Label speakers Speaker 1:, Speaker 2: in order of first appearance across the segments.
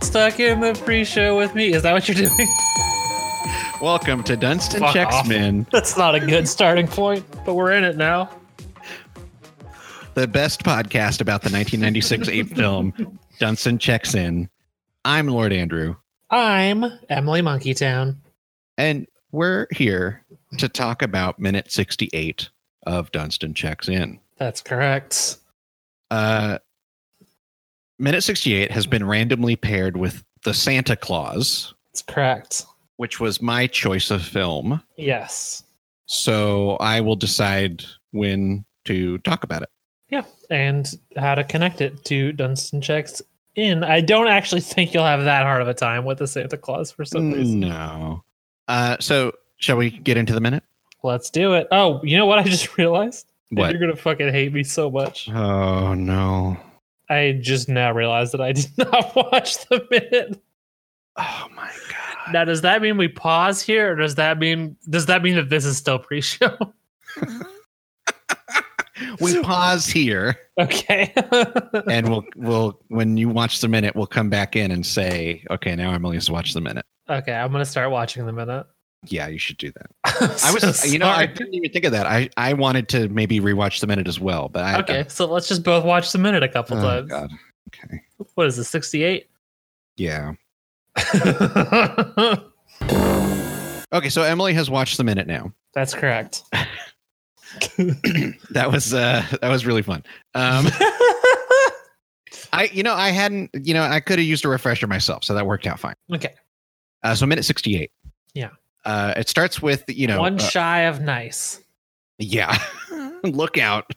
Speaker 1: stuck in the pre-show with me. Is that what you're doing?
Speaker 2: Welcome to Dunstan
Speaker 1: Fuck
Speaker 2: Checks
Speaker 1: off.
Speaker 2: Men,
Speaker 1: That's not a good starting point, but we're in it now.
Speaker 2: the best podcast about the 1996 ape film Dunstan Checks In. I'm Lord Andrew,
Speaker 1: I'm Emily Monkeytown.
Speaker 2: and we're here to talk about minute 68 of Dunstan Checks In.
Speaker 1: That's correct.
Speaker 2: Uh, minute 68 has been randomly paired with The Santa Claus,
Speaker 1: That's correct.
Speaker 2: which was my choice of film.
Speaker 1: Yes.
Speaker 2: So I will decide when to talk about it.
Speaker 1: And how to connect it to Dunstan checks in. I don't actually think you'll have that hard of a time with the Santa Claus for some
Speaker 2: Hmm.
Speaker 1: reason.
Speaker 2: No. Uh, so shall we get into the minute?
Speaker 1: Let's do it. Oh, you know what I just realized?
Speaker 2: What?
Speaker 1: You're gonna fucking hate me so much.
Speaker 2: Oh no.
Speaker 1: I just now realized that I did not watch the minute.
Speaker 2: Oh my god.
Speaker 1: Now, does that mean we pause here, or does that mean does that mean that this is still pre-show?
Speaker 2: We pause here
Speaker 1: okay.
Speaker 2: and we'll we'll when you watch the minute, we'll come back in and say, okay, now Emily's watched the minute.
Speaker 1: okay, I'm gonna start watching the minute.
Speaker 2: Yeah, you should do that.
Speaker 1: I
Speaker 2: I was you know, I didn't even think of that. I, I wanted to maybe rewatch the minute as well, but I
Speaker 1: okay, so let's just both watch the minute a couple
Speaker 2: oh,
Speaker 1: times.
Speaker 2: god. Okay.
Speaker 1: What is this? 68?
Speaker 2: Yeah.
Speaker 1: That's
Speaker 2: Okay, so Emily has watched the minute now.
Speaker 1: correct.
Speaker 2: that was uh that was really fun. Um I you know, I hadn't you know, I could have used a refresher myself, so that worked out fine.
Speaker 1: okay,
Speaker 2: Uh, so minute 68.
Speaker 1: Yeah.
Speaker 2: Uh, it starts with, you know,
Speaker 1: one
Speaker 2: uh,
Speaker 1: shy of nice.
Speaker 2: yeah, look out.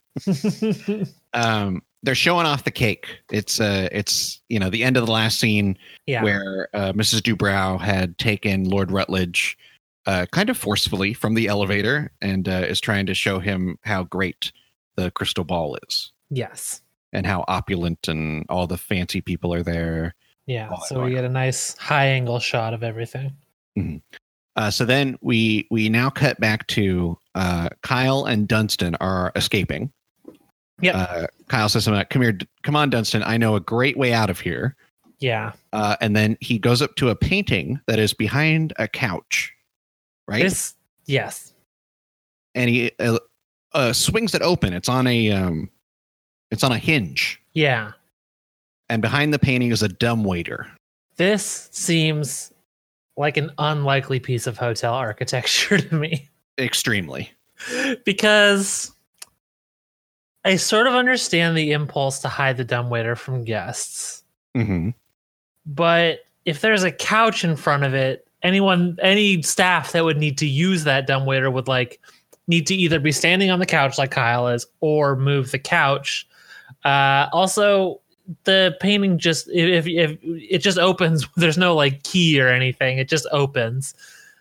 Speaker 2: Um, they're showing off the cake. It's, uh, it's, you know, the end of the last scene
Speaker 1: yeah,
Speaker 2: where uh, Mrs. Dubrow had taken Lord Rutledge uh, kind of forcefully from the elevator and uh, is trying to show him how great the crystal ball is
Speaker 1: yes,
Speaker 2: and how opulent and all the fancy people are there.
Speaker 1: yeah.
Speaker 2: Oh,
Speaker 1: so
Speaker 2: I
Speaker 1: we
Speaker 2: know.
Speaker 1: get a nice high angle shot of everything.
Speaker 2: Uh, so then we we now cut back to uh, Kyle and Dunstan are escaping.
Speaker 1: Yep.
Speaker 2: Uh, Kyle says something like, "Come here, come on, Dunstan. I know a great way out of here."
Speaker 1: Yeah,
Speaker 2: Uh, and then he goes up to a painting that is behind a couch, right?
Speaker 1: this yes,
Speaker 2: and he uh, uh, swings it open. It's on a um, it's on a hinge,
Speaker 1: yeah.
Speaker 2: and behind the painting is a dumb waiter.
Speaker 1: This seems like an unlikely piece of hotel architecture to me
Speaker 2: Extremely.
Speaker 1: because I sort of understand the impulse to hide the dumbwaiter from guests,
Speaker 2: Mm-hmm.
Speaker 1: but if there's a couch in front of it, anyone, any staff that would need to use that dumbwaiter would like need to either be standing on the couch like Kyle is or move the couch. Uh, also, the painting just if, if if it just opens, there's no like key or anything. It just opens,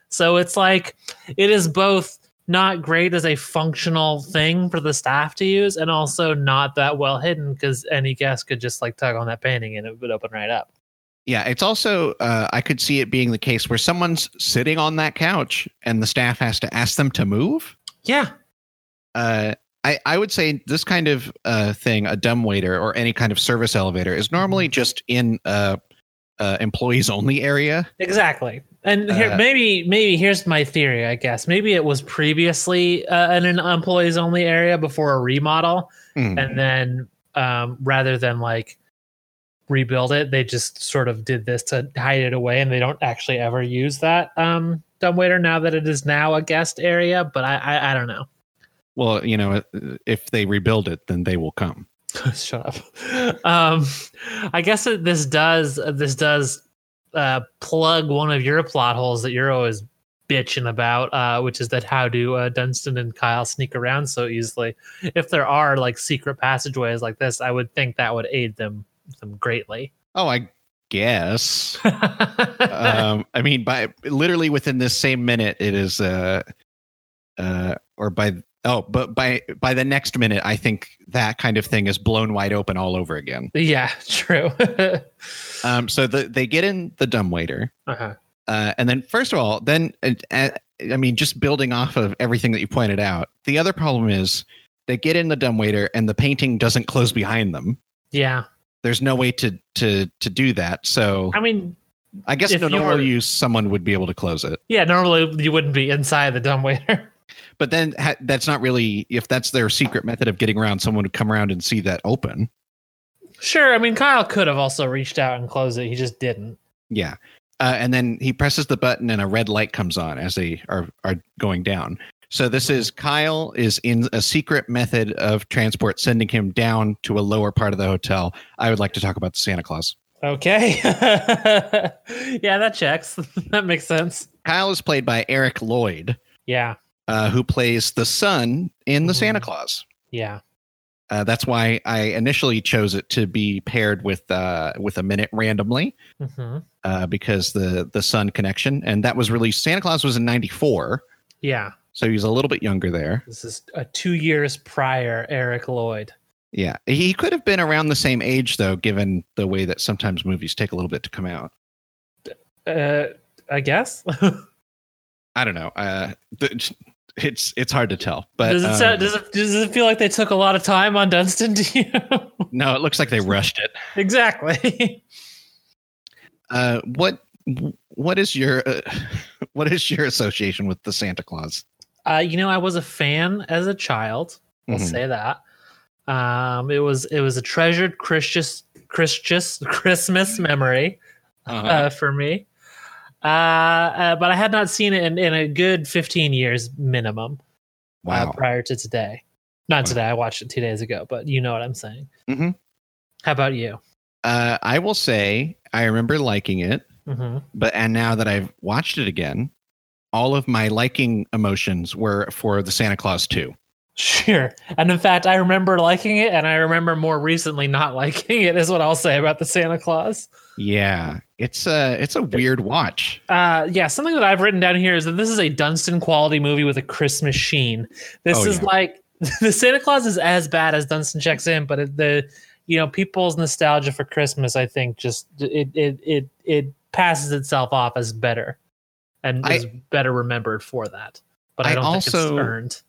Speaker 1: so it's like it is both not great as a functional thing for the staff to use, and also not that well hidden because any guest could just like tug on that painting and it would open right up.
Speaker 2: Yeah, it's also uh, I could see it being the case where someone's sitting on that couch and the staff has to ask them to move.
Speaker 1: Yeah,
Speaker 2: Uh, I I would say this kind of uh, thing, a dumb waiter or any kind of service elevator, is normally just in a uh, employees only area.
Speaker 1: Exactly. And here,
Speaker 2: Uh,
Speaker 1: maybe, maybe here's my theory. I guess maybe it was previously uh, in an employees only area before a remodel,
Speaker 2: Mhm.
Speaker 1: and then um, rather than like rebuild it, they just sort of did this to hide it away, and they don't actually ever use that um, dumbwaiter now that it is now a guest area. But I, I, I don't know.
Speaker 2: Well, you know, if they rebuild it, then they will come.
Speaker 1: Shut up. Um, I guess that this does this does uh, plug one of your plot holes that you're always bitching about, uh, which is that how do uh, Dunstan and Kyle sneak around so easily? If there are like secret passageways like this, I would think that would aid them them greatly.
Speaker 2: Oh, I guess. um, I mean, by literally within this same minute, it is, uh, uh, or by oh, but by by the next minute, I think that kind of thing is blown wide open all over again.
Speaker 1: yeah, true.
Speaker 2: Um, so the, they get in the dumbwaiter,
Speaker 1: uh-huh.
Speaker 2: uh, and then first of all, then uh, uh, I mean, just building off of everything that you pointed out, the other problem is they get in the dumbwaiter and the painting doesn't close behind them.
Speaker 1: Yeah,
Speaker 2: there's no way to to to do that. So
Speaker 1: I mean,
Speaker 2: I guess
Speaker 1: if
Speaker 2: in a
Speaker 1: you
Speaker 2: normal
Speaker 1: were-
Speaker 2: use, someone would be able to close it.
Speaker 1: yeah, normally you wouldn't be inside the dumbwaiter.
Speaker 2: But then ha- that's not really if that's their secret method of getting around. Someone would come around and see that open.
Speaker 1: sure, I mean Kyle could have also reached out and closed it. He just didn't.
Speaker 2: Yeah. Uh, and then he presses the button and a red light comes on as they are, are going down. So this is Kyle is in a secret method of transport, sending him down to a lower part of the hotel. I would like to talk about the Santa Claus.
Speaker 1: Okay. yeah, that checks. that makes sense.
Speaker 2: Kyle is played by Eric Lloyd,
Speaker 1: Yeah.
Speaker 2: uh, who plays the son in the
Speaker 1: Mhm.
Speaker 2: Santa Claus.
Speaker 1: Yeah.
Speaker 2: Uh, that's why I initially chose it to be paired with uh, with a minute randomly
Speaker 1: hmm
Speaker 2: uh, because the the sun connection, and that was released. Santa Claus was in '94,
Speaker 1: Yeah.
Speaker 2: so he's a little bit younger there.
Speaker 1: This is a two years prior Eric Lloyd.
Speaker 2: Yeah, he could have been around the same age though, given the way that sometimes movies take a little bit to come out.
Speaker 1: Uh, I guess.
Speaker 2: I don't know. Uh, th- it's it's hard to tell, but
Speaker 1: does it
Speaker 2: um,
Speaker 1: sound, does it does it feel like they took a lot of time on Dunstan to you?
Speaker 2: no, it looks like they rushed it.
Speaker 1: exactly.
Speaker 2: Uh, what what is your uh, what is your association with the Santa Claus?
Speaker 1: Uh, you know, I was a fan as a child. I'll
Speaker 2: Mhm.
Speaker 1: say that. Um, it was it was a treasured Christmas Christmas Christmas memory
Speaker 2: Uh-huh.
Speaker 1: uh, for me. Uh, uh, but I had not seen it in, in a good fifteen years minimum uh,
Speaker 2: wow.
Speaker 1: prior to today. Not
Speaker 2: Wow.
Speaker 1: today. I watched it two days ago, but you know what I'm saying.
Speaker 2: Mhm.
Speaker 1: How about you?
Speaker 2: Uh, I will say I remember liking it,
Speaker 1: Mhm.
Speaker 2: but and now that I've watched it again, all of my liking emotions were for the Santa Claus 2.
Speaker 1: Sure. And in fact, I remember liking it, and I remember more recently not liking it. Is what I'll say about the Santa Claus.
Speaker 2: Yeah, it's a it's a weird watch.
Speaker 1: Uh, yeah, something that I've written down here is that this is a Dunstan quality movie with a Christmas sheen. This
Speaker 2: Oh,
Speaker 1: is
Speaker 2: yeah.
Speaker 1: like the Santa Claus is as bad as Dunstan checks in, but it, the you know people's nostalgia for Christmas, I think, just it it it it passes itself off as better and
Speaker 2: I-
Speaker 1: is better remembered for that. But I,
Speaker 2: I
Speaker 1: don't think
Speaker 2: also-
Speaker 1: it's earned.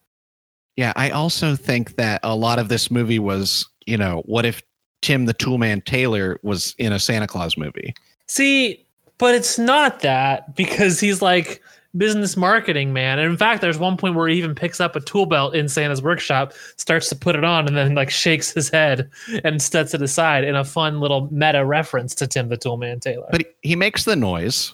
Speaker 2: Yeah, I also think that a lot of this movie was, you know, what if Tim the Toolman Taylor was in a Santa Claus movie?
Speaker 1: See, but it's not that because he's like business marketing man. And in fact, there's one point where he even picks up a tool belt in Santa's workshop, starts to put it on, and then like shakes his head and sets it aside in a fun little meta reference to Tim the Toolman Taylor.
Speaker 2: But he makes the noise.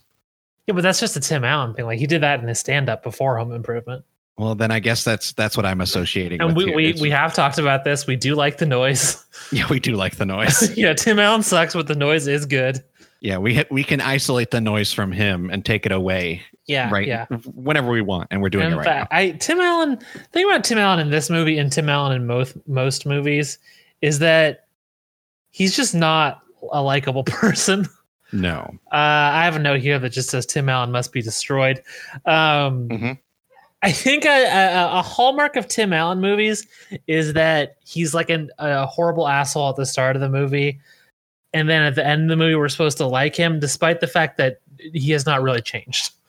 Speaker 1: yeah, but that's just a Tim Allen thing. Like he did that in his stand up before Home Improvement.
Speaker 2: Well, then I guess that's that's what I'm associating
Speaker 1: And we,
Speaker 2: with. here.
Speaker 1: we,
Speaker 2: It's-
Speaker 1: we have talked about this. We do like the noise.
Speaker 2: yeah, we do like the noise.
Speaker 1: yeah, Tim Allen sucks, but the noise is good.
Speaker 2: yeah, we ha- we can isolate the noise from him and take it away
Speaker 1: Yeah.
Speaker 2: right
Speaker 1: Yeah.
Speaker 2: whenever we want and we're doing
Speaker 1: in
Speaker 2: it right
Speaker 1: fact, I Tim Allen. Thing about Tim Allen in this movie and Tim Allen in most most movies is that he's just not a likable person.
Speaker 2: now no
Speaker 1: Uh, I have a note here that just says Tim Allen must be destroyed. Um,
Speaker 2: Mhm.
Speaker 1: I think a, a, a hallmark of Tim Allen movies is that he's like an, a horrible asshole at the start of the movie, and then at the end of the movie, we're supposed to like him, despite the fact that he has not really changed.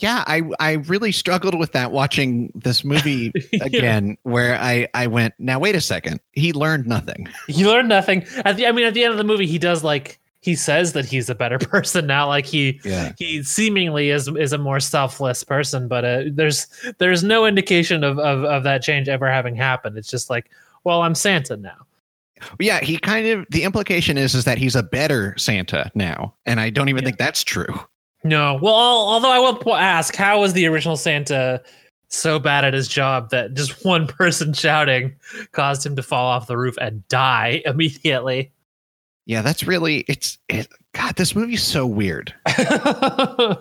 Speaker 2: yeah i i really struggled with that watching this movie again where i i went now wait a second he learned nothing
Speaker 1: he learned nothing. At the, I mean, at the end of the movie, he does like he says that he's a better person now. Like he
Speaker 2: yeah
Speaker 1: he seemingly is is a more selfless person, but uh, there's there's no indication of, of of that change ever having happened. It's just like, well, I'm Santa now.
Speaker 2: yeah he kind of the implication is is that he's a better santa now and i don't even
Speaker 1: Yeah.
Speaker 2: think that's true
Speaker 1: No, well, al- although I will po- ask, how was the original Santa so bad at his job that just one person shouting caused him to fall off the roof and die immediately?
Speaker 2: yeah that's really it's it, god this movie's so weird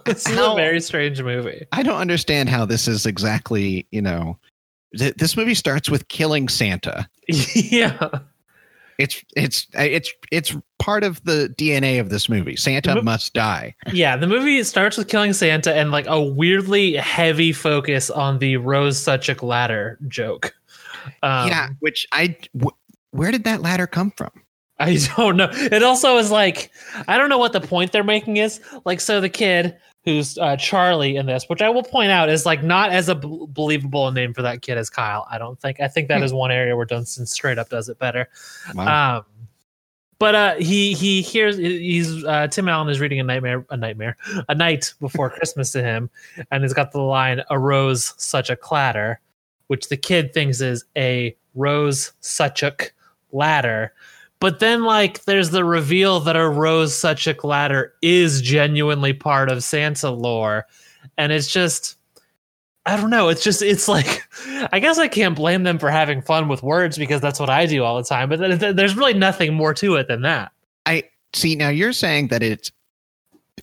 Speaker 1: this is a
Speaker 2: How-
Speaker 1: very strange movie.
Speaker 2: i don't understand how this is exactly you know th- this movie starts with killing santa
Speaker 1: yeah.
Speaker 2: It's it's it's it's part of the DNA of this movie. Santa
Speaker 1: The mo-
Speaker 2: must die.
Speaker 1: Yeah, the movie starts with killing Santa and like a weirdly heavy focus on the Rose Suchik ladder joke. Um,
Speaker 2: yeah, which I w- where did that ladder come from?
Speaker 1: I don't know. It also is like I don't know what the point they're making is. Like, so the kid who's uh, Charlie in this, which I will point out is like not as a b- believable a name for that kid as Kyle. I don't think. I think that
Speaker 2: Hmm.
Speaker 1: Uh, is one area where Dunstan straight up does it better.
Speaker 2: Wow.
Speaker 1: Um, But uh, he he hears he's uh, Tim Allen is reading a nightmare a nightmare a night before Christmas to him, and he's got the line "a rose such a clatter," which the kid thinks is a rose such a c- ladder. But then like there's the reveal that a rose such a ladder is genuinely part of Santa lore, and it's just I don't know. It's just it's like I guess I can't blame them for having fun with words because that's what I do all the time. But th- th- there's really nothing more to it than that.
Speaker 2: I see. Now you're saying that it's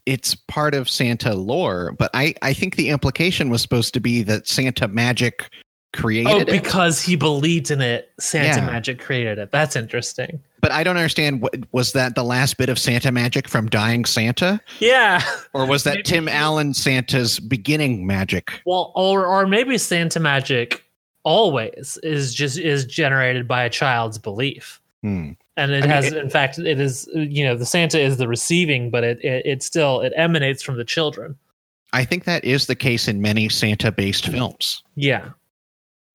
Speaker 2: it's part of Santa lore, but I I think the implication was supposed to be that Santa magic created
Speaker 1: Oh,
Speaker 2: it.
Speaker 1: because he believed in it, Santa
Speaker 2: Yeah.
Speaker 1: magic created it. That's interesting.
Speaker 2: But I don't understand. What, was that the last bit of Santa magic from Dying Santa,
Speaker 1: Yeah.
Speaker 2: or was
Speaker 1: Maybe-
Speaker 2: that Tim Allen Santa's beginning magic?
Speaker 1: Well, or or maybe Santa magic always is just is generated by a child's belief.
Speaker 2: Hmm.
Speaker 1: and it
Speaker 2: I mean,
Speaker 1: has
Speaker 2: it-
Speaker 1: in fact it is you know the santa is the receiving but it, it it still it emanates from the children
Speaker 2: I think that is the case in many Santa-based films.
Speaker 1: yeah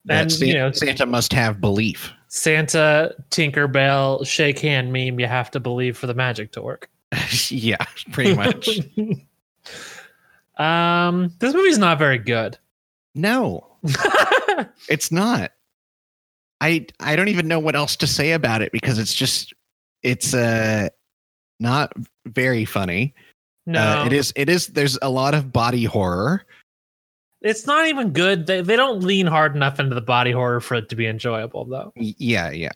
Speaker 2: That
Speaker 1: and
Speaker 2: Sa-
Speaker 1: you know
Speaker 2: Santa must have belief.
Speaker 1: santa tinkerbell shake hand meme you have to believe for the magic to work
Speaker 2: yeah, pretty much.
Speaker 1: um this movie's not very good
Speaker 2: no, it's not. I I don't even know what else to say about it because it's just it's uh not very funny.
Speaker 1: no
Speaker 2: Uh, it is it is there's a lot of body horror.
Speaker 1: it's not even good they, they don't lean hard enough into the body horror for it to be enjoyable though
Speaker 2: Y- Yeah, yeah.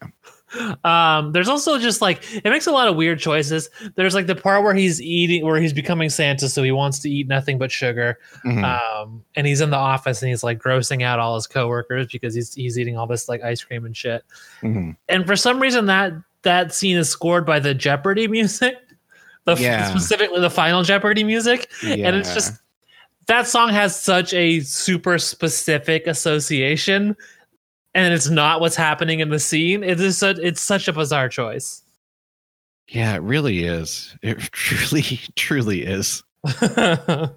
Speaker 1: um there's also just like it makes a lot of weird choices there's like the part where he's eating where he's becoming santa so he wants to eat nothing but sugar
Speaker 2: Mhm.
Speaker 1: um and he's in the office and he's like grossing out all his coworkers because he's he's eating all this like ice cream and shit
Speaker 2: Mhm.
Speaker 1: and for some reason that that scene is scored by the jeopardy music the
Speaker 2: Yeah.
Speaker 1: specifically the final jeopardy music and it's
Speaker 2: Yeah.
Speaker 1: just that song has such a super specific association and it's not what's happening in the scene it is such it's such a bizarre choice
Speaker 2: yeah, it really is. It truly truly is.
Speaker 1: um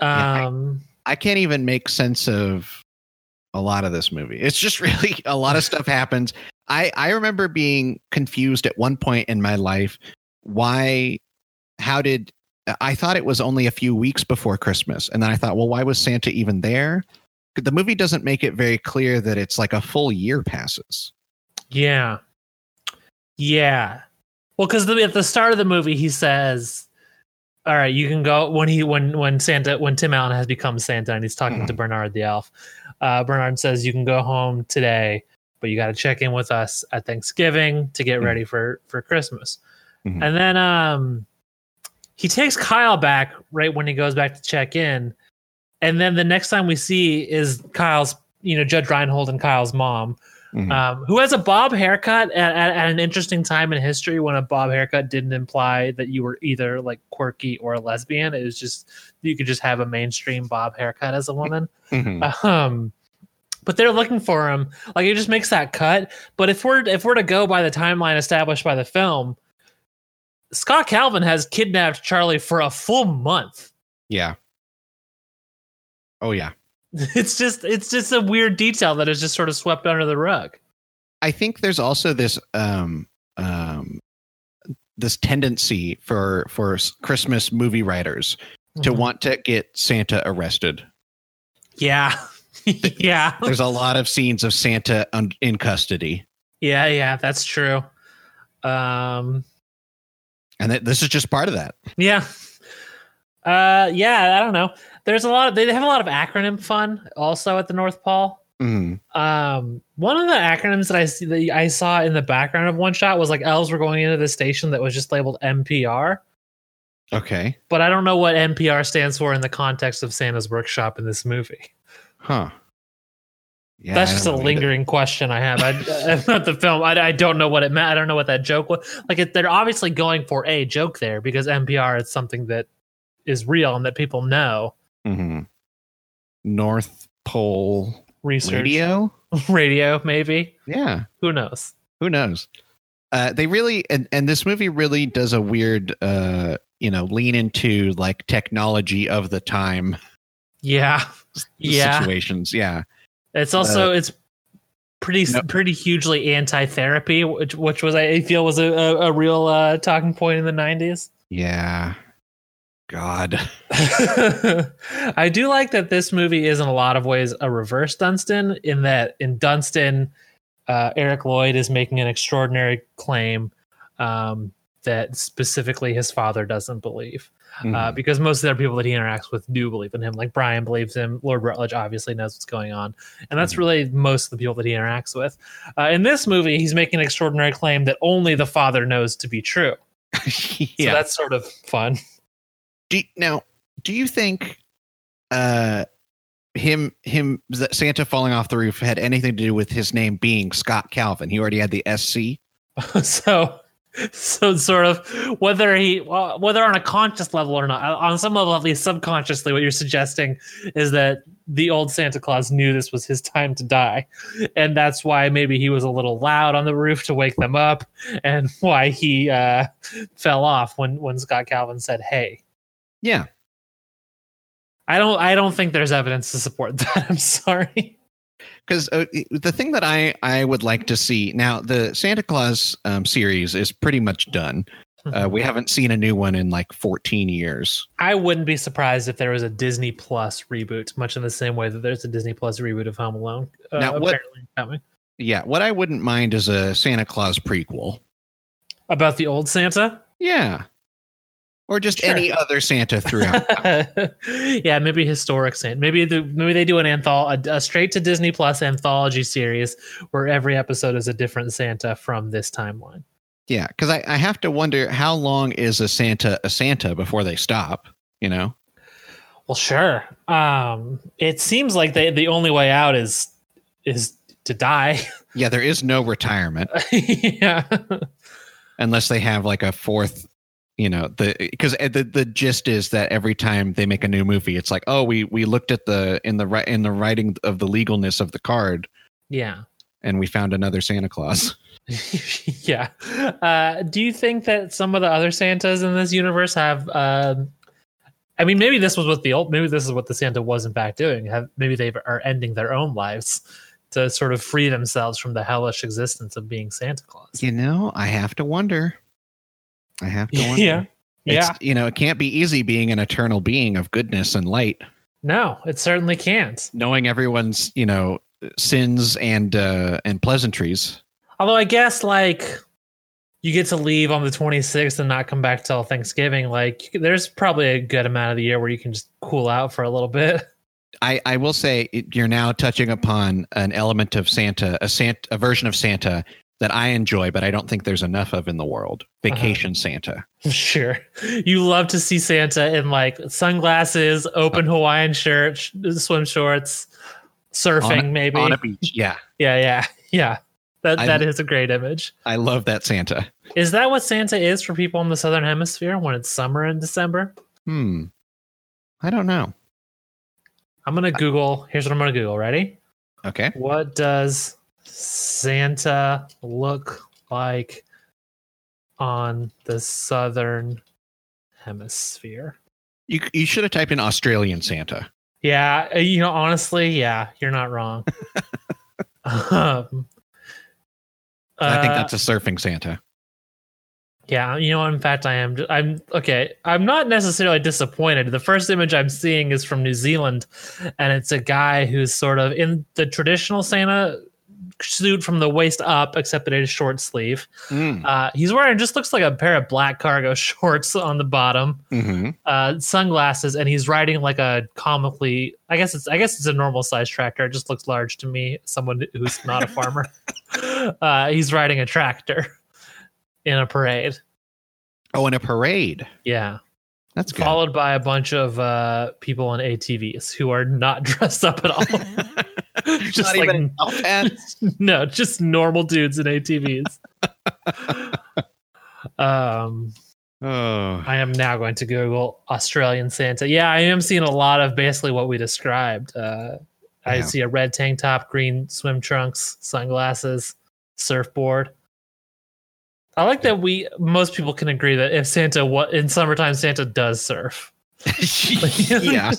Speaker 2: I- I can't even make sense of a lot of this movie. It's just really a lot of stuff happens. I I remember being confused at one point in my life why how did I thought it was only a few weeks before Christmas and then I thought, well, why was Santa even there? The movie doesn't make it very clear that it's like a full year passes.
Speaker 1: yeah yeah well because at the start of the movie he says all right you can go when he when when santa when tim allen has become santa and he's talking to bernard the elf uh, bernard says you can go home today but you got to check in with us at thanksgiving to get
Speaker 2: Mhm.
Speaker 1: ready for for christmas
Speaker 2: Mhm.
Speaker 1: and then um he takes kyle back right when he goes back to check in and then the next time we see is kyle's you know judge reinhold and kyle's mom
Speaker 2: Mhm.
Speaker 1: um, who has a bob haircut at, at, at an interesting time in history when a bob haircut didn't imply that you were either like quirky or a lesbian it was just you could just have a mainstream bob haircut as a woman
Speaker 2: Mhm.
Speaker 1: um, but they're looking for him. Like it just makes that cut. But if we're if we're to go by the timeline established by the film, Scott Calvin has kidnapped Charlie for a full month.
Speaker 2: yeah. Oh yeah.
Speaker 1: It's just it's just a weird detail that is just sort of swept under the rug.
Speaker 2: I think there's also this um um this tendency for for s- Christmas movie writers to
Speaker 1: Mm-hmm.
Speaker 2: want to get Santa arrested.
Speaker 1: yeah, yeah,
Speaker 2: There's a lot of scenes of Santa un- in custody,
Speaker 1: yeah, yeah. That's true. Um,
Speaker 2: and that this is just part of that.
Speaker 1: Yeah. Uh yeah, I don't know. There's a lot of, they have a lot of acronym fun also at the North Pole.
Speaker 2: Mhm.
Speaker 1: Um one of the acronyms that I see that I saw in the background of one shot was like elves were going into the station that was just labeled NPR,
Speaker 2: Okay,
Speaker 1: but I don't know what NPR stands for in the context of Santa's workshop in this movie.
Speaker 2: huh? Yeah,
Speaker 1: That's
Speaker 2: I
Speaker 1: just a
Speaker 2: don't know either.
Speaker 1: lingering question I have. I, I, not the film. I, I don't know what it meant. I don't know what that joke was. Like it, they're obviously going for a joke there because NPR is something that is real and that people know.
Speaker 2: Mhm. North Pole
Speaker 1: Research
Speaker 2: radio.
Speaker 1: radio maybe
Speaker 2: Yeah,
Speaker 1: who knows
Speaker 2: who knows? Uh, they really and and this movie really does a weird uh you know lean into like technology of the time
Speaker 1: yeah yeah
Speaker 2: situations. Yeah.
Speaker 1: it's also it's pretty
Speaker 2: No.
Speaker 1: pretty hugely anti-therapy, which which was I feel was a, a, a real uh, talking point in the nineties.
Speaker 2: Yeah. God.
Speaker 1: I do like that this movie is in a lot of ways a reverse Dunstan in that in Dunstan, uh, Eric Lloyd is making an extraordinary claim um, that specifically his father doesn't believe
Speaker 2: Hmm.
Speaker 1: uh, because most of the other people that he interacts with do believe in him. Like Brian believes him. Lord Rutledge obviously knows what's going on, and that's
Speaker 2: Mhm.
Speaker 1: really most of the people that he interacts with. Uh, in this movie, he's making an extraordinary claim that only the father knows to be true. So
Speaker 2: yeah.
Speaker 1: that's sort of fun.
Speaker 2: do, now, do you think uh him him Z- Santa falling off the roof had anything to do with his name being Scott Calvin? He already had the SC.
Speaker 1: so so it's sort of whether he well, whether on a conscious level or not uh, on some level at least subconsciously what you're suggesting is that the old santa claus knew this was his time to die and that's why maybe he was a little loud on the roof to wake them up and why he uh, fell off when when scott calvin said hey
Speaker 2: Yeah.
Speaker 1: i don't i don't think there's evidence to support that i'm sorry
Speaker 2: Because uh, the thing that I, I would like to see now, the Santa Claus um, series is pretty much done. Uh, we haven't seen a new one in like 14 years.
Speaker 1: I wouldn't be surprised if there was a Disney Plus reboot, much in the same way that there's a Disney Plus reboot of Home Alone. Uh,
Speaker 2: Now, what-
Speaker 1: apparently coming.
Speaker 2: Yeah. What I wouldn't mind is a Santa Claus prequel.
Speaker 1: about the old Santa?
Speaker 2: Yeah. Or just
Speaker 1: Sure.
Speaker 2: any other Santa throughout.
Speaker 1: yeah, maybe historic Santa. Maybe the, maybe they do an anthol a, a straight to Disney Plus anthology series where every episode is a different Santa from this timeline.
Speaker 2: yeah. Because I, I have to wonder how long is a Santa a Santa before they stop, you know?
Speaker 1: Well, sure. Um, it seems like they, the only way out is is to die.
Speaker 2: Yeah. There is no retirement
Speaker 1: yeah.
Speaker 2: unless they have like a fourth. You know the because the the gist is that every time they make a new movie, it's like oh we we looked at the in the ri- in the writing of the legalness of the card
Speaker 1: Yeah.
Speaker 2: and we found another Santa Claus.
Speaker 1: yeah. Uh, do you think that some of the other Santas in this universe have? Um, I mean, maybe this was what the old. Maybe this is what the Santa was in fact doing. Have, maybe they are ending their own lives to sort of free themselves from the hellish existence of being Santa Claus.
Speaker 2: You know, I have to wonder. I have to wonder.
Speaker 1: Yeah.
Speaker 2: It's-
Speaker 1: yeah.
Speaker 2: you know, it can't be easy being an eternal being of goodness and light,
Speaker 1: No, it certainly can't.
Speaker 2: knowing everyone's, you know, sins and uh and pleasantries.
Speaker 1: Although I guess like you get to leave on the 26th and not come back till Thanksgiving. Like there's probably a good amount of the year where you can just cool out for a little bit.
Speaker 2: I, I will say it- you're now touching upon an element of Santa, a Santa, a version of Santa that I enjoy, but I don't think there's enough of in the world.
Speaker 1: Uh-huh.
Speaker 2: Vacation Santa.
Speaker 1: Sure. You love to see Santa in like sunglasses, open Hawaiian shirt, sh- swim shorts, surfing maybe.
Speaker 2: on a beach. Yeah,
Speaker 1: yeah, yeah. Yeah. That
Speaker 2: I-
Speaker 1: that is a great image.
Speaker 2: I love that Santa.
Speaker 1: Is that what Santa is for people in the southern hemisphere when it's summer in December?
Speaker 2: Hmm. I don't know.
Speaker 1: I'm going to Google. Here's what I'm going to Google, ready?
Speaker 2: Okay.
Speaker 1: What does Santa look like on the southern hemisphere?
Speaker 2: You you should have typed in Australian Santa.
Speaker 1: Yeah, uh, you know, honestly, yeah, you're not wrong. um,
Speaker 2: I think
Speaker 1: uh,
Speaker 2: that's a surfing Santa.
Speaker 1: yeah. You know, in fact, I am. I'm okay. I'm not necessarily disappointed. The first image I'm seeing is from New Zealand, and it's a guy who's sort of in the traditional Santa suit from the waist up, except that it is short sleeve.
Speaker 2: Mm.
Speaker 1: Uh, he's wearing just looks like a pair of black cargo shorts on the bottom
Speaker 2: hmm
Speaker 1: uh, sunglasses and he's riding like a comically I guess it's I guess it's a normal size tractor. It just looks large to me, someone who's not a farmer. uh, he's riding a tractor in a parade.
Speaker 2: Oh, and a parade.
Speaker 1: Yeah.
Speaker 2: That's good.
Speaker 1: Followed by a bunch of uh, people on ATVs who are not dressed up at all. just
Speaker 2: Not
Speaker 1: like
Speaker 2: even elf hats.
Speaker 1: no, just normal dudes in ATVs. um
Speaker 2: Oh,
Speaker 1: I am now going to Google Australian Santa. Yeah, I am seeing a lot of basically what we described. Uh, I
Speaker 2: Yeah.
Speaker 1: see a red tank top, green swim trunks, sunglasses, surfboard. I like that we most people can agree that if Santa what in summertime Santa does surf.
Speaker 2: yeah.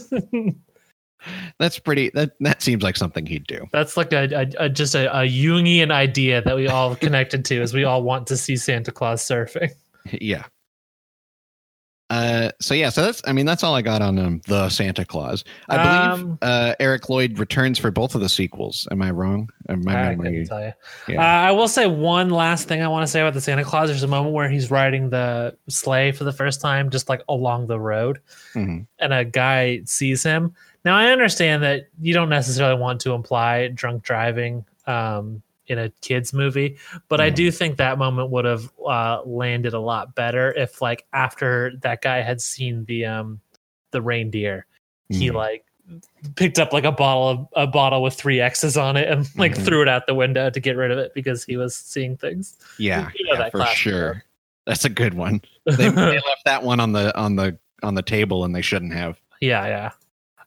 Speaker 2: That's pretty. That that seems like something he'd do.
Speaker 1: That's like a, a, a just a, a Jungian idea that we all connected to, is we all want to see Santa Claus surfing.
Speaker 2: Yeah. Uh, so yeah, so that's I mean that's all I got on um, the Santa Claus. I believe
Speaker 1: Um,
Speaker 2: uh, Eric Lloyd returns for both of the sequels. Am I wrong? Uh, My
Speaker 1: I
Speaker 2: memory.
Speaker 1: couldn't tell you.
Speaker 2: Yeah.
Speaker 1: Uh, I will say one last thing I want to say about the Santa Claus. There's a moment where he's riding the sleigh for the first time, just like along the road,
Speaker 2: Mhm.
Speaker 1: and a guy sees him. Now, I understand that you don't necessarily want to imply drunk driving um, in a kids' movie, but I
Speaker 2: Mhm.
Speaker 1: do think that moment would have uh, landed a lot better if, like, after that guy had seen the um, the reindeer, he
Speaker 2: Mhm.
Speaker 1: like picked up like a bottle of a bottle with three X's on it and like
Speaker 2: Mhm.
Speaker 1: threw it out the window to get rid of it because he was seeing things.
Speaker 2: Yeah,
Speaker 1: you know
Speaker 2: yeah,
Speaker 1: that
Speaker 2: for
Speaker 1: classic
Speaker 2: sure. That's a good one. They, they left that one on the on the on the table, and they shouldn't have.
Speaker 1: yeah, yeah.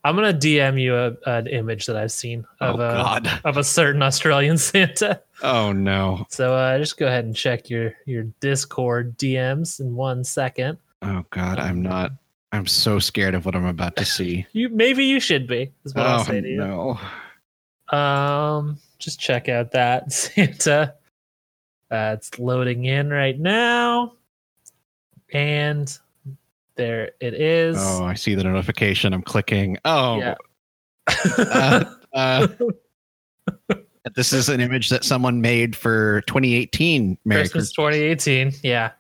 Speaker 1: I'm gonna DM you a, an image that I've seen
Speaker 2: Oh
Speaker 1: of uh, a
Speaker 2: God.
Speaker 1: of a certain Australian Santa.
Speaker 2: Oh no.
Speaker 1: So uh, just go ahead and check your your Discord DMs in one second.
Speaker 2: Oh God. I'm not. I'm so scared of what I'm about to see.
Speaker 1: You maybe you should be is what I'll
Speaker 2: Oh
Speaker 1: say to you.
Speaker 2: no.
Speaker 1: Um, just check out that Santa. Uh, it's loading in right now, and there it is.
Speaker 2: Oh, I see the notification. I'm clicking. Oh,
Speaker 1: Yeah.
Speaker 2: uh, this is an image that someone made for 2018. Merry
Speaker 1: Christmas 2018. Yeah,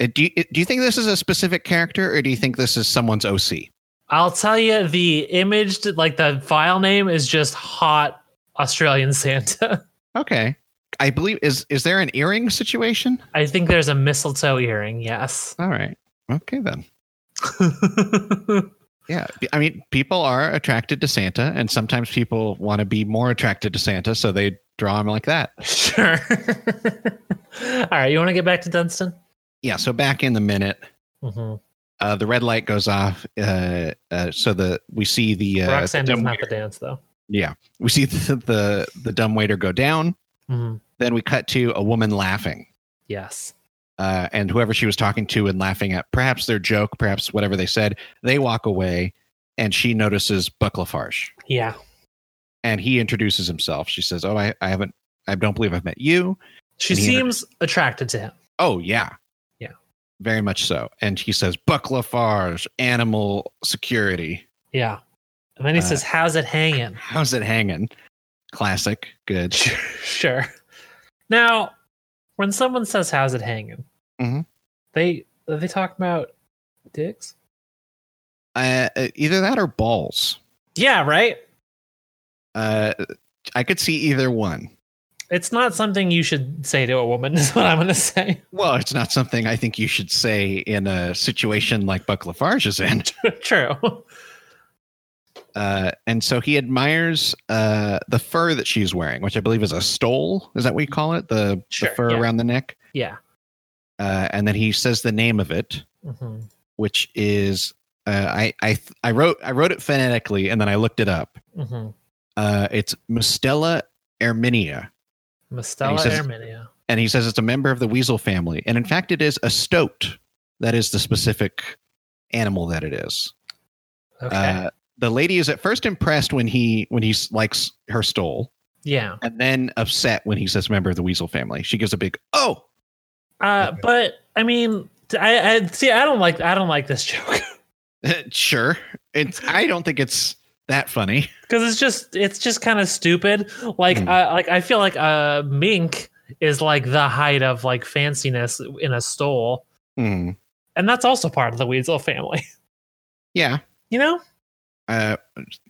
Speaker 2: Uh, Do you, do you think this is a specific character, or do you think this is someone's OC?
Speaker 1: I'll tell you the image, like the file name, is just hot Australian Santa.
Speaker 2: Okay, I believe is is there an earring situation?
Speaker 1: I think there's a mistletoe earring. Yes.
Speaker 2: All right, okay then. Yeah, I mean, people are attracted to Santa, and sometimes people want to be more attracted to Santa, so they draw him like that.
Speaker 1: sure. All right, you want to get back to Dunstan?
Speaker 2: Yeah. So back in the minute,
Speaker 1: hmm
Speaker 2: uh, the red light goes off, uh, uh, so the we see the uh,
Speaker 1: Roxanne
Speaker 2: the
Speaker 1: doesn't
Speaker 2: dumb-
Speaker 1: have to dance though.
Speaker 2: yeah we see the the, the dumb waiter go down.
Speaker 1: hmm
Speaker 2: Then we cut to a woman laughing.
Speaker 1: Yes.
Speaker 2: uh, and whoever she was talking to and laughing at, perhaps their joke, perhaps whatever they said, they walk away and she notices Buck Lafarge
Speaker 1: Yeah.
Speaker 2: and he introduces himself. She says, Oh, I, I haven't, I don't believe I've met you.
Speaker 1: She
Speaker 2: And he inter-
Speaker 1: seems attracted to him.
Speaker 2: Oh, yeah.
Speaker 1: Yeah.
Speaker 2: Very much so. And he says, Buck Lafarge, animal security.
Speaker 1: Yeah. And then he
Speaker 2: Uh,
Speaker 1: says, How's it hanging?
Speaker 2: How's it hanging? Classic. Good.
Speaker 1: sure. Now, when someone says, How's it hanging?
Speaker 2: Mhm.
Speaker 1: They are they talk about dicks?
Speaker 2: Uh, uh, either that or balls.
Speaker 1: Yeah, right?
Speaker 2: Uh, I could see either one.
Speaker 1: It's not something you should say to a woman, is what I'm going to say.
Speaker 2: Well, it's not something I think you should say in a situation like Buck Lafarge is in.
Speaker 1: True.
Speaker 2: uh, and so he admires uh, the fur that she's wearing, which I believe is a stole. Is that what you call it? The,
Speaker 1: Sure,
Speaker 2: the fur
Speaker 1: yeah.
Speaker 2: around the neck.
Speaker 1: Yeah.
Speaker 2: Uh, and then he says the name of it,
Speaker 1: Mhm.
Speaker 2: which is uh, I I th- I wrote I wrote it phonetically, and then I looked it up.
Speaker 1: Mhm.
Speaker 2: Uh, it's Mustela erminia,
Speaker 1: Mustela
Speaker 2: says-
Speaker 1: Armenia.
Speaker 2: and he says it's a member of the weasel family, and in fact, it is a stoat. That is the specific animal that it is.
Speaker 1: Okay.
Speaker 2: Uh, the lady is at first impressed when he when he s- likes her stole.
Speaker 1: yeah.
Speaker 2: and then upset when he says member of the Weasel family. She gives a big oh.
Speaker 1: Uh, but I mean, I, I see. I don't like. I don't like this joke.
Speaker 2: sure, it's. I don't think it's that funny.
Speaker 1: because it's just it's just kind of stupid. Like
Speaker 2: Mhm.
Speaker 1: I like I feel like uh, mink is like the height of like fanciness in a stole,
Speaker 2: Hmm.
Speaker 1: and that's also part of the weasel family.
Speaker 2: Yeah,
Speaker 1: You know?
Speaker 2: uh,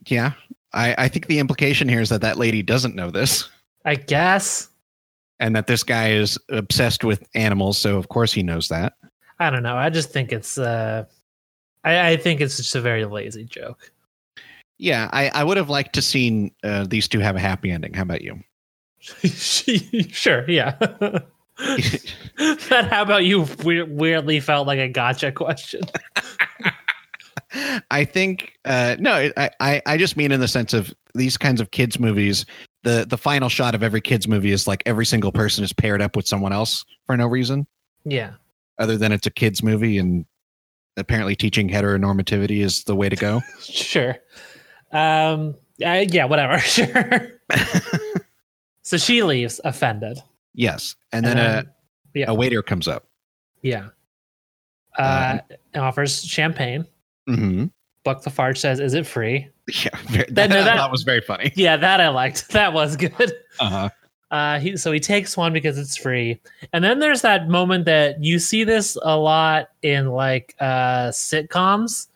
Speaker 2: yeah. I, I think the implication here is that that lady doesn't know this,
Speaker 1: I guess
Speaker 2: and that this guy is obsessed with animals. So of course he knows that.
Speaker 1: I don't know. I just think it's uh, I, I think it's just a very lazy joke.
Speaker 2: Yeah, I, I would have liked to seen uh, these two have a happy ending. How about you?
Speaker 1: sure, yeah. that how about you? We- weirdly felt like a gotcha question.
Speaker 2: I think uh, no, I, I I just mean in the sense of these kinds of kids movies. The the final shot of every kids movie is like every single person is paired up with someone else for no reason
Speaker 1: Yeah,
Speaker 2: other than it's a kids movie and apparently teaching heteronormativity is the way to go.
Speaker 1: sure. Um, uh, yeah, whatever. Sure. so she leaves offended.
Speaker 2: Yes. And then
Speaker 1: And,
Speaker 2: a,
Speaker 1: yeah.
Speaker 2: a waiter comes up.
Speaker 1: Yeah. Uh, and offers champagne.
Speaker 2: Mm-hmm.
Speaker 1: Buck the Farge says, "Is it free?"
Speaker 2: Yeah. Very, that,
Speaker 1: Then, uh, that-
Speaker 2: was very funny.
Speaker 1: Yeah, that I liked. That was good.
Speaker 2: Uh-huh.
Speaker 1: Uh, he, so he takes one because it's free. And then there's that moment that you see this a lot in like uh, sitcoms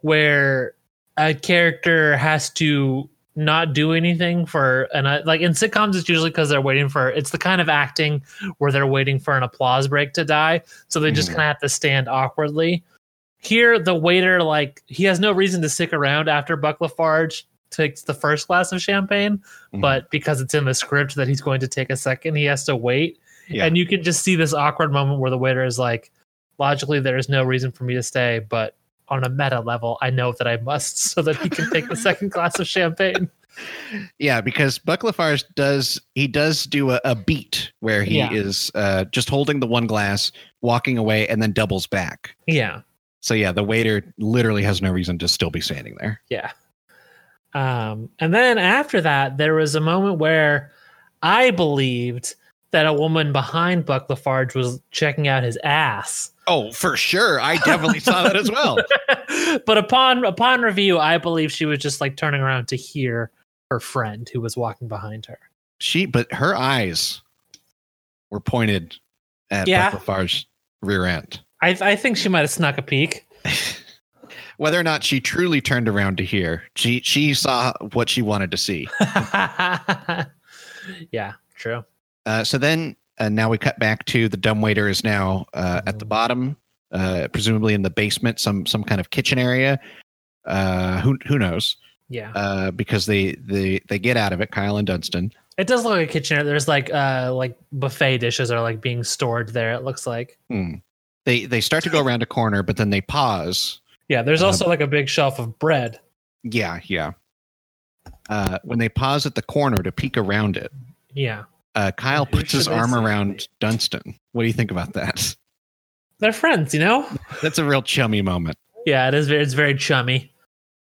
Speaker 1: where a character has to not do anything for an uh, like in sitcoms it's usually because they're waiting for it's the kind of acting where they're waiting for an applause break to die so they just
Speaker 2: Mhm.
Speaker 1: kind of have to stand awkwardly here the waiter like he has no reason to stick around after buck lafarge takes the first glass of champagne
Speaker 2: Mhm.
Speaker 1: but because it's in the script that he's going to take a second, he has to wait.
Speaker 2: Yeah.
Speaker 1: And you can just see this awkward moment where the waiter is like, logically, there is no reason for me to stay, but on a meta level, I know that I must so that he can take the second glass of champagne.
Speaker 2: Yeah, because Buck Lafarge does he does do a, a beat where he
Speaker 1: Yeah.
Speaker 2: is uh, just holding the one glass, walking away, and then doubles back.
Speaker 1: Yeah.
Speaker 2: So yeah, the waiter literally has no reason to still be standing there.
Speaker 1: Yeah. Um, and then after that, there was a moment where I believed that a woman behind Buck Lafarge was checking out his ass.
Speaker 2: Oh, for sure. I definitely saw that as well.
Speaker 1: but upon upon review, I believe she was just like turning around to hear her friend who was walking behind her.
Speaker 2: She but her eyes were pointed at
Speaker 1: Yeah.
Speaker 2: Buck Lafarge's rear end.
Speaker 1: I, I think she might have snuck a peek.
Speaker 2: Whether or not she truly turned around to hear, she she saw what she wanted to see.
Speaker 1: yeah, true.
Speaker 2: Uh, so then uh, now we cut back to the dumbwaiter is now uh, at the bottom, uh, presumably in the basement, some some kind of kitchen area. Uh, who who knows?
Speaker 1: Yeah,
Speaker 2: Uh, because they they they get out of it. Kyle and Dunstan.
Speaker 1: it does look like a kitchen. There's like uh like buffet dishes are like being stored there. It looks like.
Speaker 2: Hmm. They they start to go around a corner, but then they pause.
Speaker 1: Yeah, there's
Speaker 2: Uh,
Speaker 1: also like a big shelf of bread.
Speaker 2: Yeah, yeah. Uh, when they pause at the corner to peek around it,
Speaker 1: Yeah,
Speaker 2: uh, Kyle
Speaker 1: Who
Speaker 2: puts his
Speaker 1: should I
Speaker 2: arm
Speaker 1: say?
Speaker 2: around Dunstan. What do you think about that?
Speaker 1: they're friends, you know.
Speaker 2: That's a real chummy moment.
Speaker 1: Yeah, it is. Very, it's very chummy.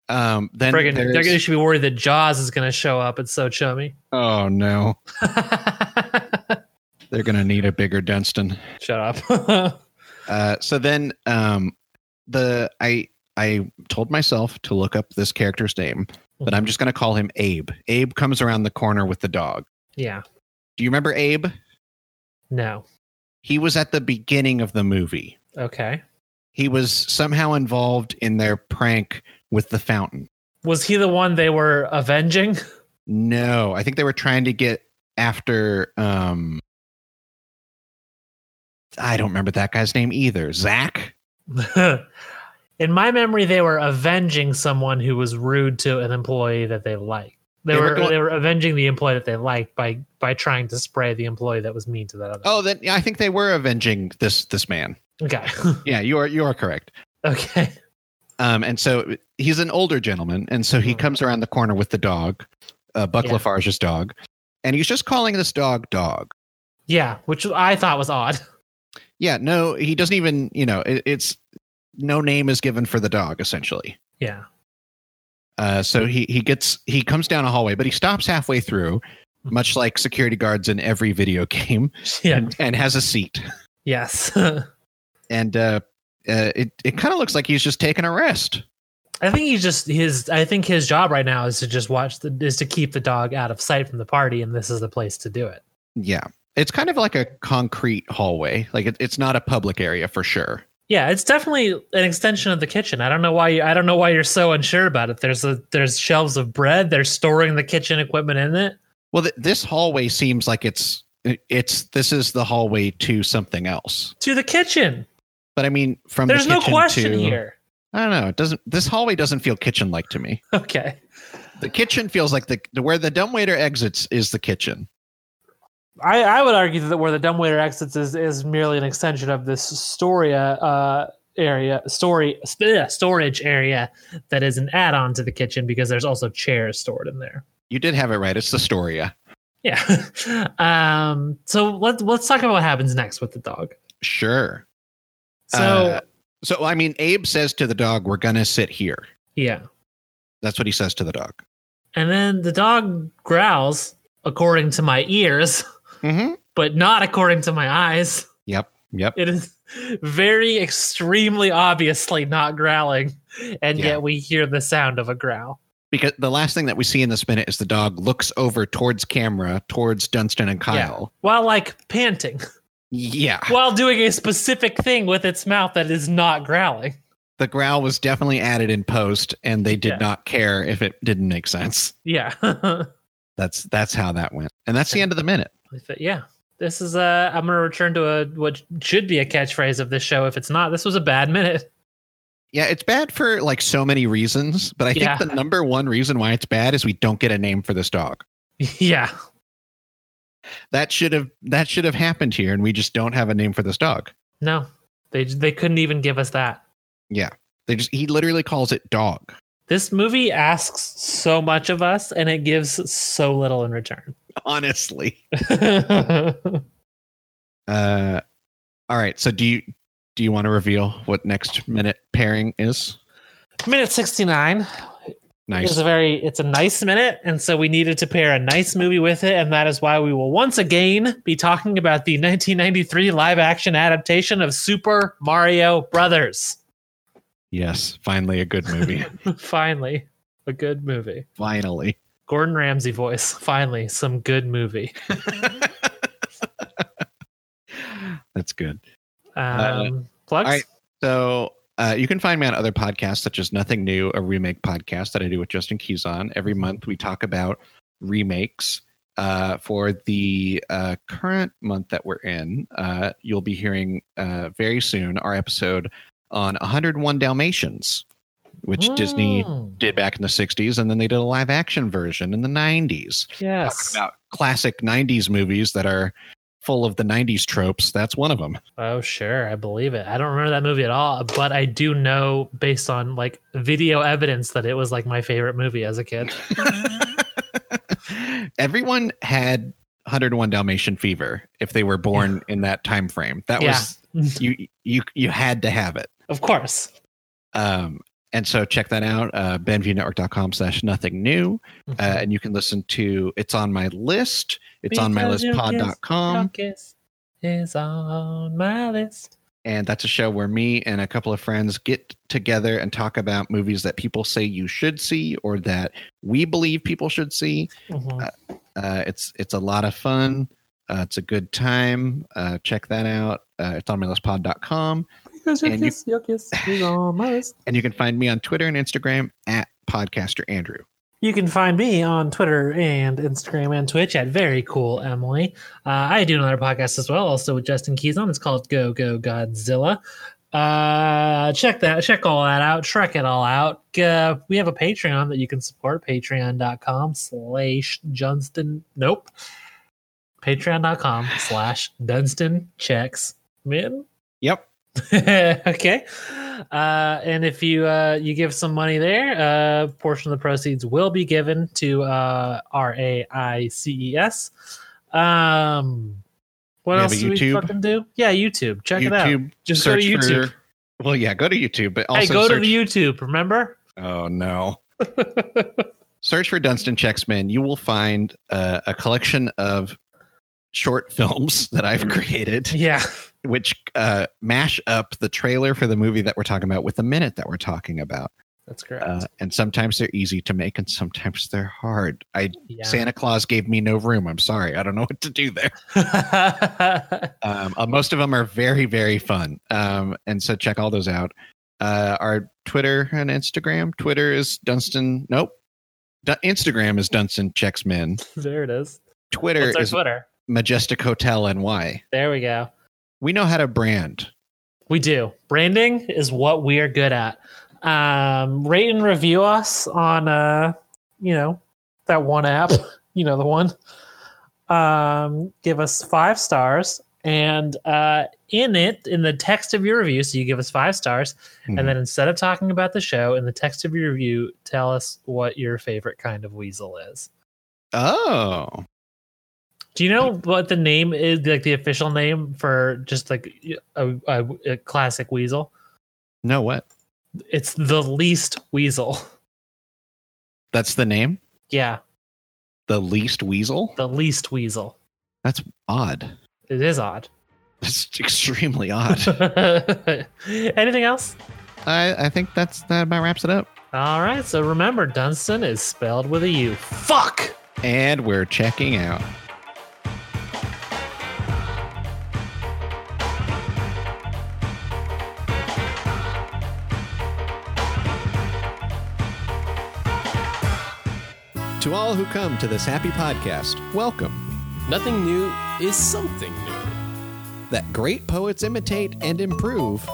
Speaker 2: Um, then
Speaker 1: Friggin', they're
Speaker 2: there's-
Speaker 1: gonna should be worried that Jaws is gonna show up. It's so chummy.
Speaker 2: oh no. They're going to need a bigger Dunstan.
Speaker 1: Shut up.
Speaker 2: Uh, so then, um, the I I told myself to look up this character's name, but I'm just going to call him Abe. Abe comes around the corner with the dog.
Speaker 1: yeah.
Speaker 2: Do you remember Abe?
Speaker 1: No.
Speaker 2: He was at the beginning of the movie.
Speaker 1: Okay.
Speaker 2: He was somehow involved in their prank with the fountain.
Speaker 1: Was he the one they were avenging?
Speaker 2: No, I think they were trying to get after. Um, I don't remember that guy's name either. Zach.
Speaker 1: In my memory, they were avenging someone who was rude to an employee that they liked. They,
Speaker 2: They were
Speaker 1: were,
Speaker 2: going-
Speaker 1: they were avenging the employee that they liked by by trying to spray the employee that was mean to that other.
Speaker 2: Oh, then I think they were avenging this this man.
Speaker 1: okay,
Speaker 2: Yeah, you are you are correct.
Speaker 1: okay,
Speaker 2: Um, and so he's an older gentleman, and so he
Speaker 1: Mhm.
Speaker 2: comes around the corner with the dog, uh, Buck
Speaker 1: Yeah.
Speaker 2: Lafarge's dog, and he's just calling this dog dog.
Speaker 1: yeah, which I thought was odd.
Speaker 2: Yeah, no,
Speaker 1: Mm-hmm.
Speaker 2: he doesn't even. You know, it, it's no name is given for the dog essentially.
Speaker 1: Yeah,
Speaker 2: Uh, so he he gets he comes down a hallway, but he stops halfway through,
Speaker 1: Mhm.
Speaker 2: much like security guards in every video game,
Speaker 1: yeah,
Speaker 2: and, and has a seat.
Speaker 1: yes.
Speaker 2: And uh, uh, it it kind of looks like he's just taking a rest.
Speaker 1: I think he's just his. I think his job right now is to just watch the is to keep the dog out of sight from the party, and this is the place to do it.
Speaker 2: Yeah, it's kind of like a concrete hallway. Like it, it's not a public area for sure.
Speaker 1: Yeah, it's definitely an extension of the kitchen. I don't know why you, I don't know why you're so unsure about it. There's a there's shelves of bread. They're storing the kitchen equipment in it.
Speaker 2: Well, th- this hallway seems like it's it's this is the hallway to something else.
Speaker 1: To the kitchen.
Speaker 2: But I mean, from
Speaker 1: There's
Speaker 2: the
Speaker 1: no
Speaker 2: kitchen
Speaker 1: question
Speaker 2: to,
Speaker 1: here.
Speaker 2: I don't know. It doesn't. This hallway doesn't feel kitchen like to me.
Speaker 1: Okay.
Speaker 2: The kitchen feels like the the- where the dumbwaiter exits is the kitchen.
Speaker 1: I, I would argue that where the dumbwaiter exits is, is merely an extension of this story uh, area story st- storage area that is an add-on to the kitchen because there's also chairs stored in there.
Speaker 2: You did have it right. It's the Storia.
Speaker 1: Yeah. um. So let's let's talk about what happens next with the dog.
Speaker 2: Sure.
Speaker 1: So
Speaker 2: Uh, So I mean, Abe says to the dog, "We're gonna sit here."
Speaker 1: yeah.
Speaker 2: That's what he says to the dog.
Speaker 1: And then the dog growls according to my ears,
Speaker 2: Mm-hmm.
Speaker 1: but not according to my eyes.
Speaker 2: Yep. Yep.
Speaker 1: It is very extremely obviously not growling, and
Speaker 2: Yeah.
Speaker 1: yet we hear the sound of a growl.
Speaker 2: Because the last thing that we see in this minute is the dog looks over towards camera, towards Dunstan and Kyle.
Speaker 1: While like panting,
Speaker 2: Yeah.
Speaker 1: while doing a specific thing with its mouth that is not growling.
Speaker 2: The growl was definitely added in post, and they did
Speaker 1: Yeah.
Speaker 2: not care if it didn't make sense.
Speaker 1: Yeah. I
Speaker 2: That's that's how that went. And that's the end of the minute.
Speaker 1: thought, yeah. This is uh I'm gonna return to a what should be a catchphrase of this show. If it's not, this was a bad minute.
Speaker 2: Yeah, it's bad for like so many reasons, but I
Speaker 1: Yeah.
Speaker 2: think the number one reason why it's bad is we don't get a name for this dog.
Speaker 1: yeah.
Speaker 2: That should have that should have happened here, and we just don't have a name for this dog.
Speaker 1: No. They they couldn't even give us that.
Speaker 2: They just he literally calls it dog.
Speaker 1: This movie asks so much of us and it gives so little in return.
Speaker 2: Honestly. Uh, all right. So do you do you want to reveal what next minute pairing is?
Speaker 1: minute 69
Speaker 2: Nice.
Speaker 1: is a very it's a nice minute and so we needed to pair a nice movie with it and that is why we will once again be talking about the 1993 live action adaptation of Super Mario Brothers.
Speaker 2: yes, finally a good movie.
Speaker 1: finally, a good movie.
Speaker 2: finally.
Speaker 1: Gordon Ramsay voice. Finally, some good movie.
Speaker 2: That's good.
Speaker 1: Um
Speaker 2: Uh,
Speaker 1: plugs?
Speaker 2: all right. So uh, you can find me on other podcasts such as Nothing New, a remake podcast that I do with Justin Keys on. Every month we talk about remakes. Uh, for the uh, current month that we're in, uh, you'll be hearing uh, very soon our episode on 101 Dalmatians, which Disney
Speaker 1: Mm,
Speaker 2: did back in the 60s, and then they did a live action version in the 90s.
Speaker 1: Yes.
Speaker 2: About classic 90s movies that are full of the 90s tropes. That's one of them.
Speaker 1: Oh, sure. I believe it. I don't remember that movie at all, but I do know based on like video evidence that it was like my favorite movie as a kid.
Speaker 2: Everyone had 101 Dalmatian fever if they were born in that time frame. That was you you you had to have it.
Speaker 1: Of course.
Speaker 2: Um and so check that out, uh, benviewnetwork.com slash nothing new. Uh, and you can listen to it's on my list. It's on my
Speaker 1: Because
Speaker 2: list
Speaker 1: you kissed
Speaker 2: pod.com.
Speaker 1: Focus is on my list.
Speaker 2: And that's a show where me and a couple of friends get together and talk about movies that people say you should see or that we believe people should see.
Speaker 1: Mhm.
Speaker 2: Uh, it's it's a lot of fun. Uh, it's a good time. Uh, check that out. Uh, it's on mylistpod.com.
Speaker 1: Because your
Speaker 2: and you-
Speaker 1: kiss, your kiss is on my list.
Speaker 2: And you can find me on Twitter and Instagram at podcaster Andrew.
Speaker 1: You can find me on Twitter and Instagram and Twitch at Very Cool Emily. Uh, I do another podcast as well, also with Justin Keys on. It's called Go Go Godzilla. Uh, check that, check all that out, trek it all out. Uh, we have a Patreon that you can support. Patreon.com slash Dunstan. Nope. Patreon.com slash Dunstan checks min
Speaker 2: Yep.
Speaker 1: okay. Uh, and if you uh, you give some money there, a portion of the proceeds will be given to uh, R A I C E S. Um, what
Speaker 2: We have
Speaker 1: else
Speaker 2: a
Speaker 1: do we
Speaker 2: YouTube.
Speaker 1: fucking do? Yeah, YouTube. Check it out.
Speaker 2: YouTube.
Speaker 1: Just go to
Speaker 2: search
Speaker 1: YouTube.
Speaker 2: for- well, yeah, go to YouTube, but also
Speaker 1: hey, go
Speaker 2: search,
Speaker 1: to the YouTube. Remember?
Speaker 2: Oh no. search for Dunstan Checksman. You will find uh, a collection of short films that I've created.
Speaker 1: yeah.
Speaker 2: which uh, mash up the trailer for the movie that we're talking about with the minute that we're talking about.
Speaker 1: That's correct.
Speaker 2: Uh, and sometimes they're easy to make, and sometimes they're hard. I
Speaker 1: yeah.
Speaker 2: Santa Claus gave me no room. I'm sorry, I don't know what to do there. Um, uh, most of them are very, very fun, um, and so check all those out. Uh, our Twitter and Instagram. Twitter is Dunstan. Nope. Du- Instagram is Dunstan Checks Men.
Speaker 1: there it is.
Speaker 2: Twitter
Speaker 1: What's our
Speaker 2: is
Speaker 1: Twitter?
Speaker 2: Majestic Hotel NY.
Speaker 1: There we go.
Speaker 2: We know how to brand.
Speaker 1: We do. Branding is what we are good at. Um, rate and review us on, uh, you know, that one app, you know, the one. Um, give us five stars. And uh, in it, in the text of your review, so you give us five stars.
Speaker 2: Mhm.
Speaker 1: And then instead of talking about the show, in the text of your review, tell us what your favorite kind of weasel is.
Speaker 2: Oh,
Speaker 1: Do you know what the name is, like the official name for just like a, a, a classic weasel?
Speaker 2: no, what?
Speaker 1: it's the least weasel.
Speaker 2: That's the name?
Speaker 1: Yeah,
Speaker 2: The least weasel?
Speaker 1: the least weasel.
Speaker 2: Odd.
Speaker 1: It is odd.
Speaker 2: That's extremely odd.
Speaker 1: Anything else?
Speaker 2: I, I think that's that about wraps it up.
Speaker 1: All right, so remember, Dunstan is spelled with a U. Fuck!
Speaker 2: And we're checking out. To all who come to this happy podcast, welcome.
Speaker 3: Nothing new is something new,
Speaker 2: That great poets imitate and improve.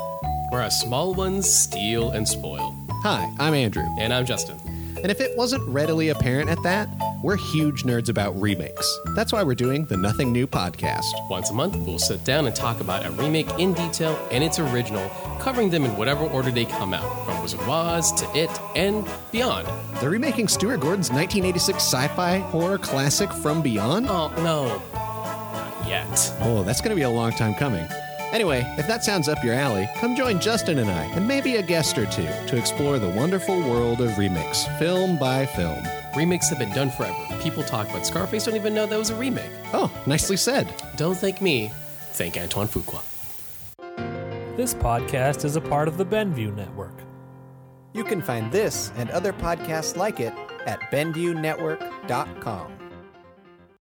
Speaker 3: where our small ones steal and spoil.
Speaker 2: Hi, I'm Andrew.
Speaker 3: And I'm Justin.
Speaker 2: And if it wasn't readily apparent at that, we're huge nerds about remakes. That's why we're doing the Nothing New podcast.
Speaker 3: Once a month, we'll sit down and talk about a remake in detail and its original, covering them in whatever order they come out, from Wizard of Oz to It and beyond.
Speaker 2: They're remaking Stuart Gordon's 1986 sci fi horror classic From Beyond?
Speaker 3: Oh, no. Not yet.
Speaker 2: Oh, that's going to be a long time coming. Anyway, if that sounds up your alley, come join Justin and I, and maybe a guest or two, to explore the wonderful world of remakes, film by film.
Speaker 3: Remakes have been done forever. People talk about Scarface, don't even know that was a remake.
Speaker 2: Oh, nicely said.
Speaker 3: Don't thank me, thank Antoine Fuqua.
Speaker 1: This podcast is a part of the Benview Network.
Speaker 4: You can find this and other podcasts like it at BenviewNetwork.com.